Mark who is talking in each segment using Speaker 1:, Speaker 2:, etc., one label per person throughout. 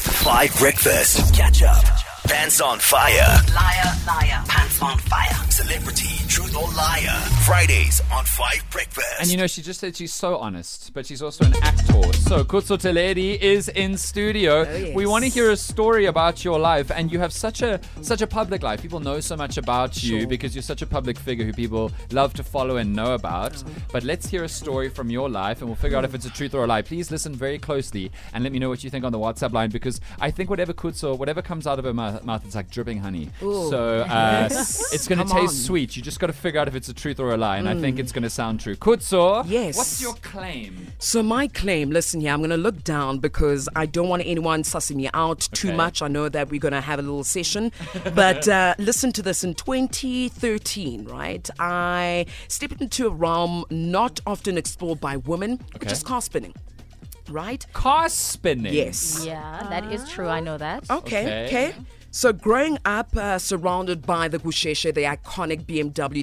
Speaker 1: Five Breakfast. Catch up. Pants on Fire.
Speaker 2: Liar, liar, pants on fire.
Speaker 1: Celebrity, truth or liar. Fridays on Five Breakfast.
Speaker 3: And you know, she just said she's so honest, but she's also an actor. So Kutso Teleri is in studio.
Speaker 4: Oh,
Speaker 3: We want to hear a story about your life, and you have such a such a public life. People know so much about you because you're such a public figure who people love to follow and know about.
Speaker 4: Uh-huh.
Speaker 3: But let's hear a story from your life, and we'll figure out if it's a truth or a lie. Please listen very closely and let me know what you think on the WhatsApp line because I think whatever Kutso, whatever comes out of her mouth, mouth it's like dripping honey. So uh, it's going to
Speaker 4: Come
Speaker 3: taste
Speaker 4: on.
Speaker 3: sweet tweet. You just got to figure out if it's a truth or a lie, and I think it's going to sound true. Kutso,
Speaker 4: Mm. Yes.
Speaker 3: What's your claim?
Speaker 4: So my claim, listen here, I'm going to look down because I don't want anyone sussing me out too
Speaker 3: Okay.
Speaker 4: much. I know that we're going to have a little session, but uh, listen to this. In 2013, right, I stepped into a realm not often explored by women, which
Speaker 3: Okay.
Speaker 4: is car spinning, right?
Speaker 3: Car spinning.
Speaker 4: Yes.
Speaker 5: Yeah, that is
Speaker 3: Ah.
Speaker 5: true. I know that.
Speaker 3: Oh.
Speaker 4: Okay,
Speaker 3: Okay.
Speaker 4: okay. So growing up uh, surrounded by the Gusheshe, the iconic BMW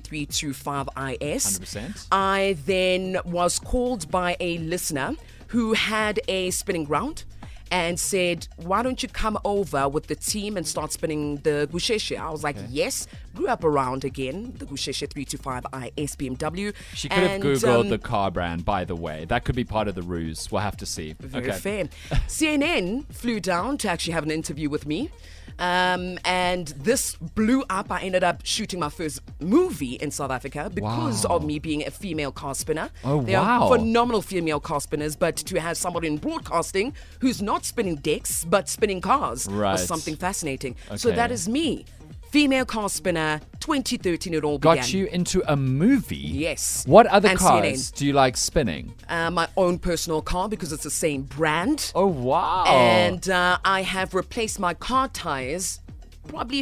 Speaker 4: 325IS,
Speaker 3: 100%.
Speaker 4: I then was called by a listener who had a spinning round and said, why don't you come over with the team and start spinning the Gusheshe? I was like, yes. Grew up around again, the Gusheshe 325IS BMW.
Speaker 3: She could have
Speaker 4: and,
Speaker 3: Googled
Speaker 4: um,
Speaker 3: the car brand, by the way. That could be part of the ruse. We'll have to see.
Speaker 4: very fair. CNN flew down to actually have an interview with me. Um, and this blew up. I ended up shooting my first movie in South Africa because
Speaker 3: Wow.
Speaker 4: of me being a female car spinner.
Speaker 3: Oh,
Speaker 4: they
Speaker 3: wow.
Speaker 4: are phenomenal female car spinners, but to have somebody in broadcasting who's not spinning decks but spinning cars
Speaker 3: Right.
Speaker 4: was something fascinating. So
Speaker 3: Okay.
Speaker 4: that is me, female car spinner, 2013. It all
Speaker 3: Got
Speaker 4: began.
Speaker 3: you into a movie.
Speaker 4: Yes.
Speaker 3: What other
Speaker 4: And
Speaker 3: cars
Speaker 4: CNN.
Speaker 3: do you like spinning?
Speaker 4: Uh, my own personal car because it's the same brand.
Speaker 3: Oh wow!
Speaker 4: and uh, I have replaced my car tires probably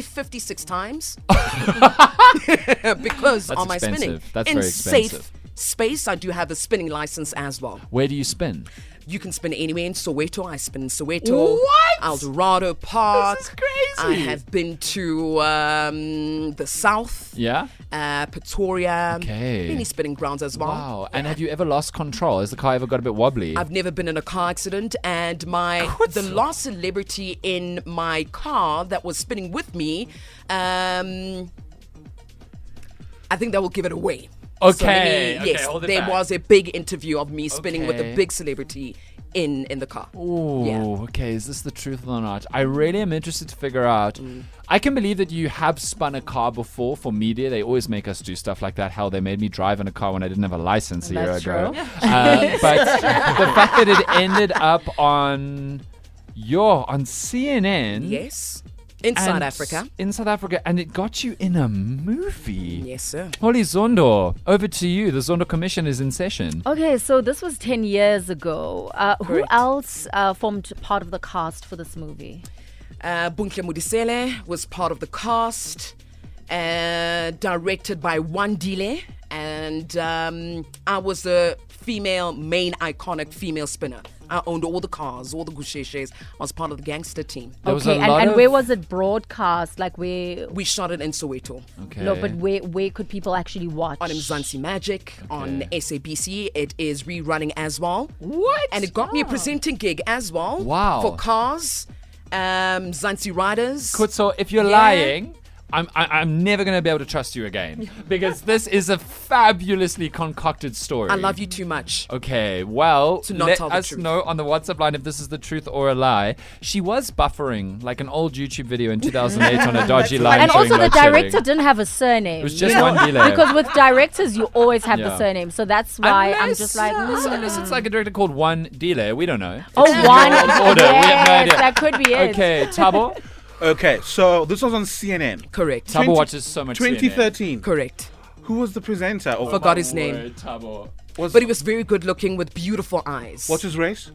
Speaker 4: 56 times because
Speaker 3: That's
Speaker 4: on my spinning.
Speaker 3: expensive. That's
Speaker 4: In
Speaker 3: very expensive.
Speaker 4: safe space, I do have a spinning license as well.
Speaker 3: where do you spin?
Speaker 4: You can spin anywhere in Soweto. I spin in Soweto.
Speaker 3: What?
Speaker 4: El Dorado Park.
Speaker 3: This is crazy.
Speaker 4: I have been to um, the South.
Speaker 3: Yeah.
Speaker 4: Uh, Pretoria.
Speaker 3: Okay.
Speaker 4: Many spinning grounds as well.
Speaker 3: Wow. And have you ever lost control? Has the car ever got a bit wobbly?
Speaker 4: I've never been in a car accident, and my the last celebrity in my car that was spinning with me, um, I think that will give it away. So let
Speaker 3: Okay, okay,
Speaker 4: yes,
Speaker 3: hold it
Speaker 4: there
Speaker 3: back.
Speaker 4: was a big interview of me spinning with
Speaker 3: Okay.
Speaker 4: a big celebrity in in the car.
Speaker 3: Oh,
Speaker 4: Yeah.
Speaker 3: okay. Is this the truth or not? I really am interested to figure out.
Speaker 5: Mm.
Speaker 3: I can believe that you have spun a car before for media. They always make us do stuff like that. Hell, they made me drive in a car when I didn't have a license a year
Speaker 5: That's
Speaker 3: ago.
Speaker 5: true.
Speaker 3: Uh, but the fact that it ended up on your on CNN
Speaker 4: Yes, in
Speaker 3: and
Speaker 4: South Africa.
Speaker 3: in South Africa, and it got you in a movie.
Speaker 4: Yes, sir.
Speaker 3: Holly Zondo, over to you. The Zondo Commission is in session.
Speaker 5: Okay, so this was 10 years ago. Uh, who else uh, formed part of the cast for this movie?
Speaker 4: Uh, Bunke Mudisele was part of the cast, uh, directed by Wandile, and um, I was the female, main iconic female spinner. I owned all the cars, all the Gusheshes. I was part of the gangster team.
Speaker 3: There was a
Speaker 5: okay, and,
Speaker 3: lot
Speaker 5: and
Speaker 3: of-
Speaker 5: where was it broadcast? Like where?
Speaker 4: We shot it in Soweto
Speaker 3: Okay.
Speaker 5: No, but where where could people actually watch?
Speaker 4: on Mzansi Magic, on SABC. It is rerunning as well.
Speaker 3: what?
Speaker 4: And it got me a presenting gig as well.
Speaker 3: Wow.
Speaker 4: For cars, um, Zansi Riders.
Speaker 3: Kutso, if you're
Speaker 4: Yeah.
Speaker 3: lying, I'm, I, I'm never going to be able to trust you again because this is a fabulously concocted story.
Speaker 4: I love you too much.
Speaker 3: Okay, well,
Speaker 4: not
Speaker 3: let
Speaker 4: tell the
Speaker 3: us
Speaker 4: truth.
Speaker 3: know on the WhatsApp line if this is the truth or a lie. She was buffering like an old YouTube video in 2008 on a dodgy line.
Speaker 5: and
Speaker 3: during
Speaker 5: also the
Speaker 3: load shedding.
Speaker 5: director didn't have a surname.
Speaker 3: It was
Speaker 5: you
Speaker 3: just
Speaker 5: know?
Speaker 3: one delay.
Speaker 5: Because with directors, you always have
Speaker 3: Yeah.
Speaker 5: the surname, so that's why I'm just like.
Speaker 3: unless, uh,
Speaker 5: mm.
Speaker 3: unless it's like a director called One Delay, we don't know.
Speaker 5: Oh, one.
Speaker 3: It's order, we have no
Speaker 5: Yes,
Speaker 3: idea.
Speaker 5: that could be it.
Speaker 3: Okay, Tabo.
Speaker 6: Okay, so this was on CNN.
Speaker 4: Correct.
Speaker 3: Tabo
Speaker 6: 20
Speaker 3: watches so much. CNN.
Speaker 6: 2013.
Speaker 4: Correct.
Speaker 6: Who was the presenter? Or
Speaker 4: Forgot his
Speaker 3: Word,
Speaker 4: name.
Speaker 3: Thabo.
Speaker 6: Was,
Speaker 4: But he was very good looking with beautiful eyes. Uh,
Speaker 6: What's his race?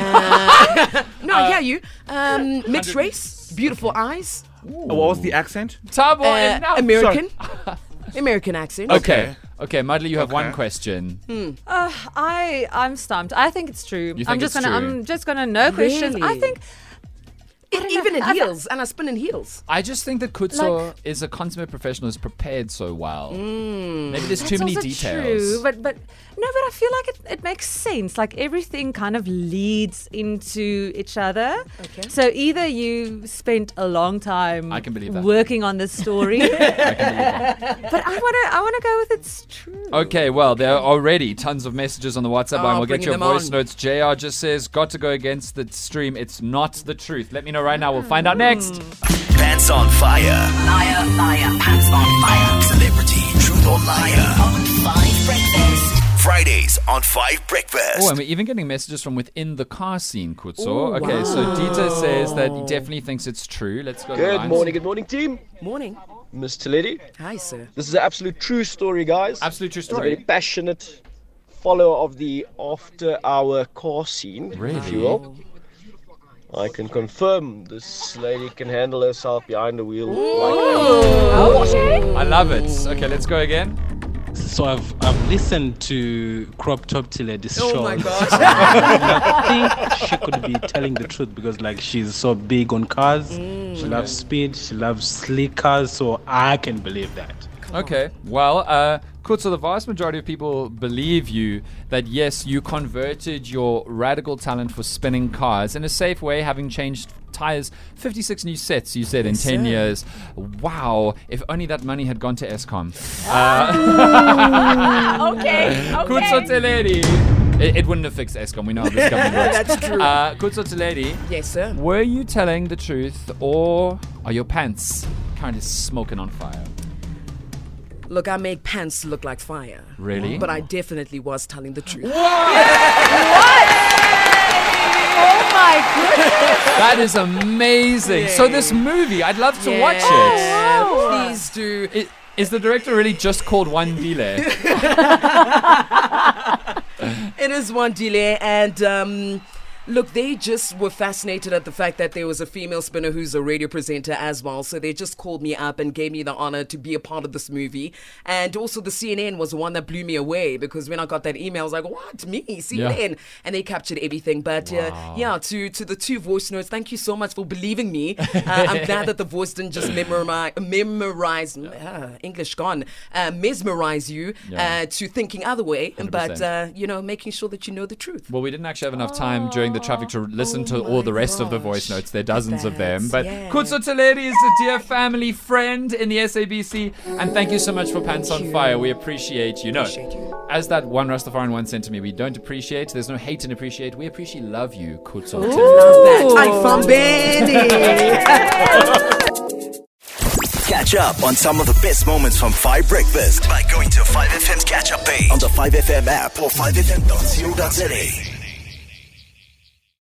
Speaker 4: no, yeah, you. Um, mixed race, beautiful eyes,
Speaker 6: What was the accent?
Speaker 3: Tabo,
Speaker 4: uh,
Speaker 3: enough.
Speaker 4: American. American accent. E-,
Speaker 3: Okay. Okay, Mudley, you have one
Speaker 6: Okay.
Speaker 3: question.
Speaker 7: I I'm stumped. I think it's true.
Speaker 3: You think
Speaker 7: I'm just
Speaker 3: it's
Speaker 7: gonna
Speaker 3: true?
Speaker 7: I'm just gonna no questions. I
Speaker 4: Really?
Speaker 7: think
Speaker 5: don't know.
Speaker 4: even in
Speaker 5: I- I-
Speaker 4: heels, and I spin in heels.
Speaker 3: I just think that Kutso
Speaker 5: Like-
Speaker 3: is a consummate professional who's prepared so well. Maybe there's too
Speaker 5: That's
Speaker 3: many
Speaker 5: also
Speaker 3: details.
Speaker 7: True, but but no, but I feel like it, it makes sense. Like everything kind of leads into each other. Okay. So either you spent a long time
Speaker 3: I can believe that.
Speaker 7: working on this story. but I wanna I wanna go with it's true.
Speaker 3: Okay, well, there are already tons of messages on the WhatsApp line.
Speaker 4: Oh,
Speaker 3: We'll get
Speaker 4: bringing
Speaker 3: your
Speaker 4: them
Speaker 3: voice
Speaker 4: on.
Speaker 3: notes. JR just says, got to go against the stream. It's not the truth. Let me know right now. We'll find out next.
Speaker 1: Pants on fire.
Speaker 2: Liar, liar, pants on fire.
Speaker 1: Celebrity, truth or liar.
Speaker 2: On five breakfast.
Speaker 1: Fridays on Five
Speaker 3: Oh,
Speaker 1: Breakfast.
Speaker 3: and we're even getting messages from within the car scene, Kutso. okay, so Dieter says that he definitely thinks it's true. Let's go. to the
Speaker 8: Good
Speaker 3: lines.
Speaker 8: morning, good morning, team.
Speaker 4: Morning.
Speaker 8: Miss Lady.
Speaker 4: Hi, sir.
Speaker 8: This is an absolute true story, guys.
Speaker 3: Absolute true
Speaker 8: It's a very
Speaker 3: story.
Speaker 8: passionate follower of the after hour car scene, if
Speaker 3: Really?
Speaker 8: you will. I can confirm this lady can handle herself behind the wheel.
Speaker 3: I love it. Okay, let's go again.
Speaker 9: So I've I've listened to Crop Top Till I
Speaker 4: Oh my gosh.
Speaker 9: I think she could be telling the truth because like she's so big on cars.
Speaker 4: Mm.
Speaker 9: She loves speed. She loves sleek cars. So I can believe that.
Speaker 3: Okay. Well, uh, Kurt, so the vast majority of people believe you that yes, you converted your radical talent for spinning cars in a safe way, having changed tires 56 new sets you said in 10 years wow if only that money had gone to escom
Speaker 5: Okay.
Speaker 3: Kutso Teleri. It, it wouldn't have fixed escom we know how this company works
Speaker 4: That's true.
Speaker 3: uh, Kutso Teleri,
Speaker 4: yes, sir.
Speaker 3: were you telling the truth or are your pants currently smoking on fire
Speaker 4: Look, I make pants look like fire.
Speaker 3: Really?
Speaker 4: But I definitely was telling the truth.
Speaker 5: Oh my goodness.
Speaker 3: that is amazing so this movie i'd love to watch it
Speaker 4: Yeah, Uh, Please do.
Speaker 3: I- Is the director really just called one delay?
Speaker 4: It is one delay, and um, look, they just were fascinated at the fact that there was a female spinner who's a radio presenter as well. So they just called me up and gave me the honor to be a part of this movie. And also, the CNN was the one that blew me away because when I got that email, I was like, "What me CNN?" And they captured everything. But uh, yeah, to to the two voice notes, thank you so much for believing me. Uh, I'm glad that the voice didn't just memorize, memorize uh, English gone, uh, mesmerize you
Speaker 3: Yeah.
Speaker 4: uh, to thinking other way, but
Speaker 3: 100%.
Speaker 4: uh, you know, making sure that you know the truth.
Speaker 3: well, we didn't actually have enough time during the traffic to listen to all the rest of the
Speaker 4: Oh
Speaker 3: voice notes. There are dozens of them. But
Speaker 4: yeah.
Speaker 3: Kutso Teleri is a dear family friend in the SABC. And thank you so much for Pants on Fire. We appreciate you. No,
Speaker 4: Appreciate you.
Speaker 3: as that one Rastafarian once said to me, we don't appreciate. There's no hate and appreciate. We appreciate love you, Kutso Teleri.
Speaker 4: I'm from Benny.
Speaker 1: Catch up on some of the best moments from Five Breakfast by going to 5FM's catch up page on the 5FM app or 5FM.co.za.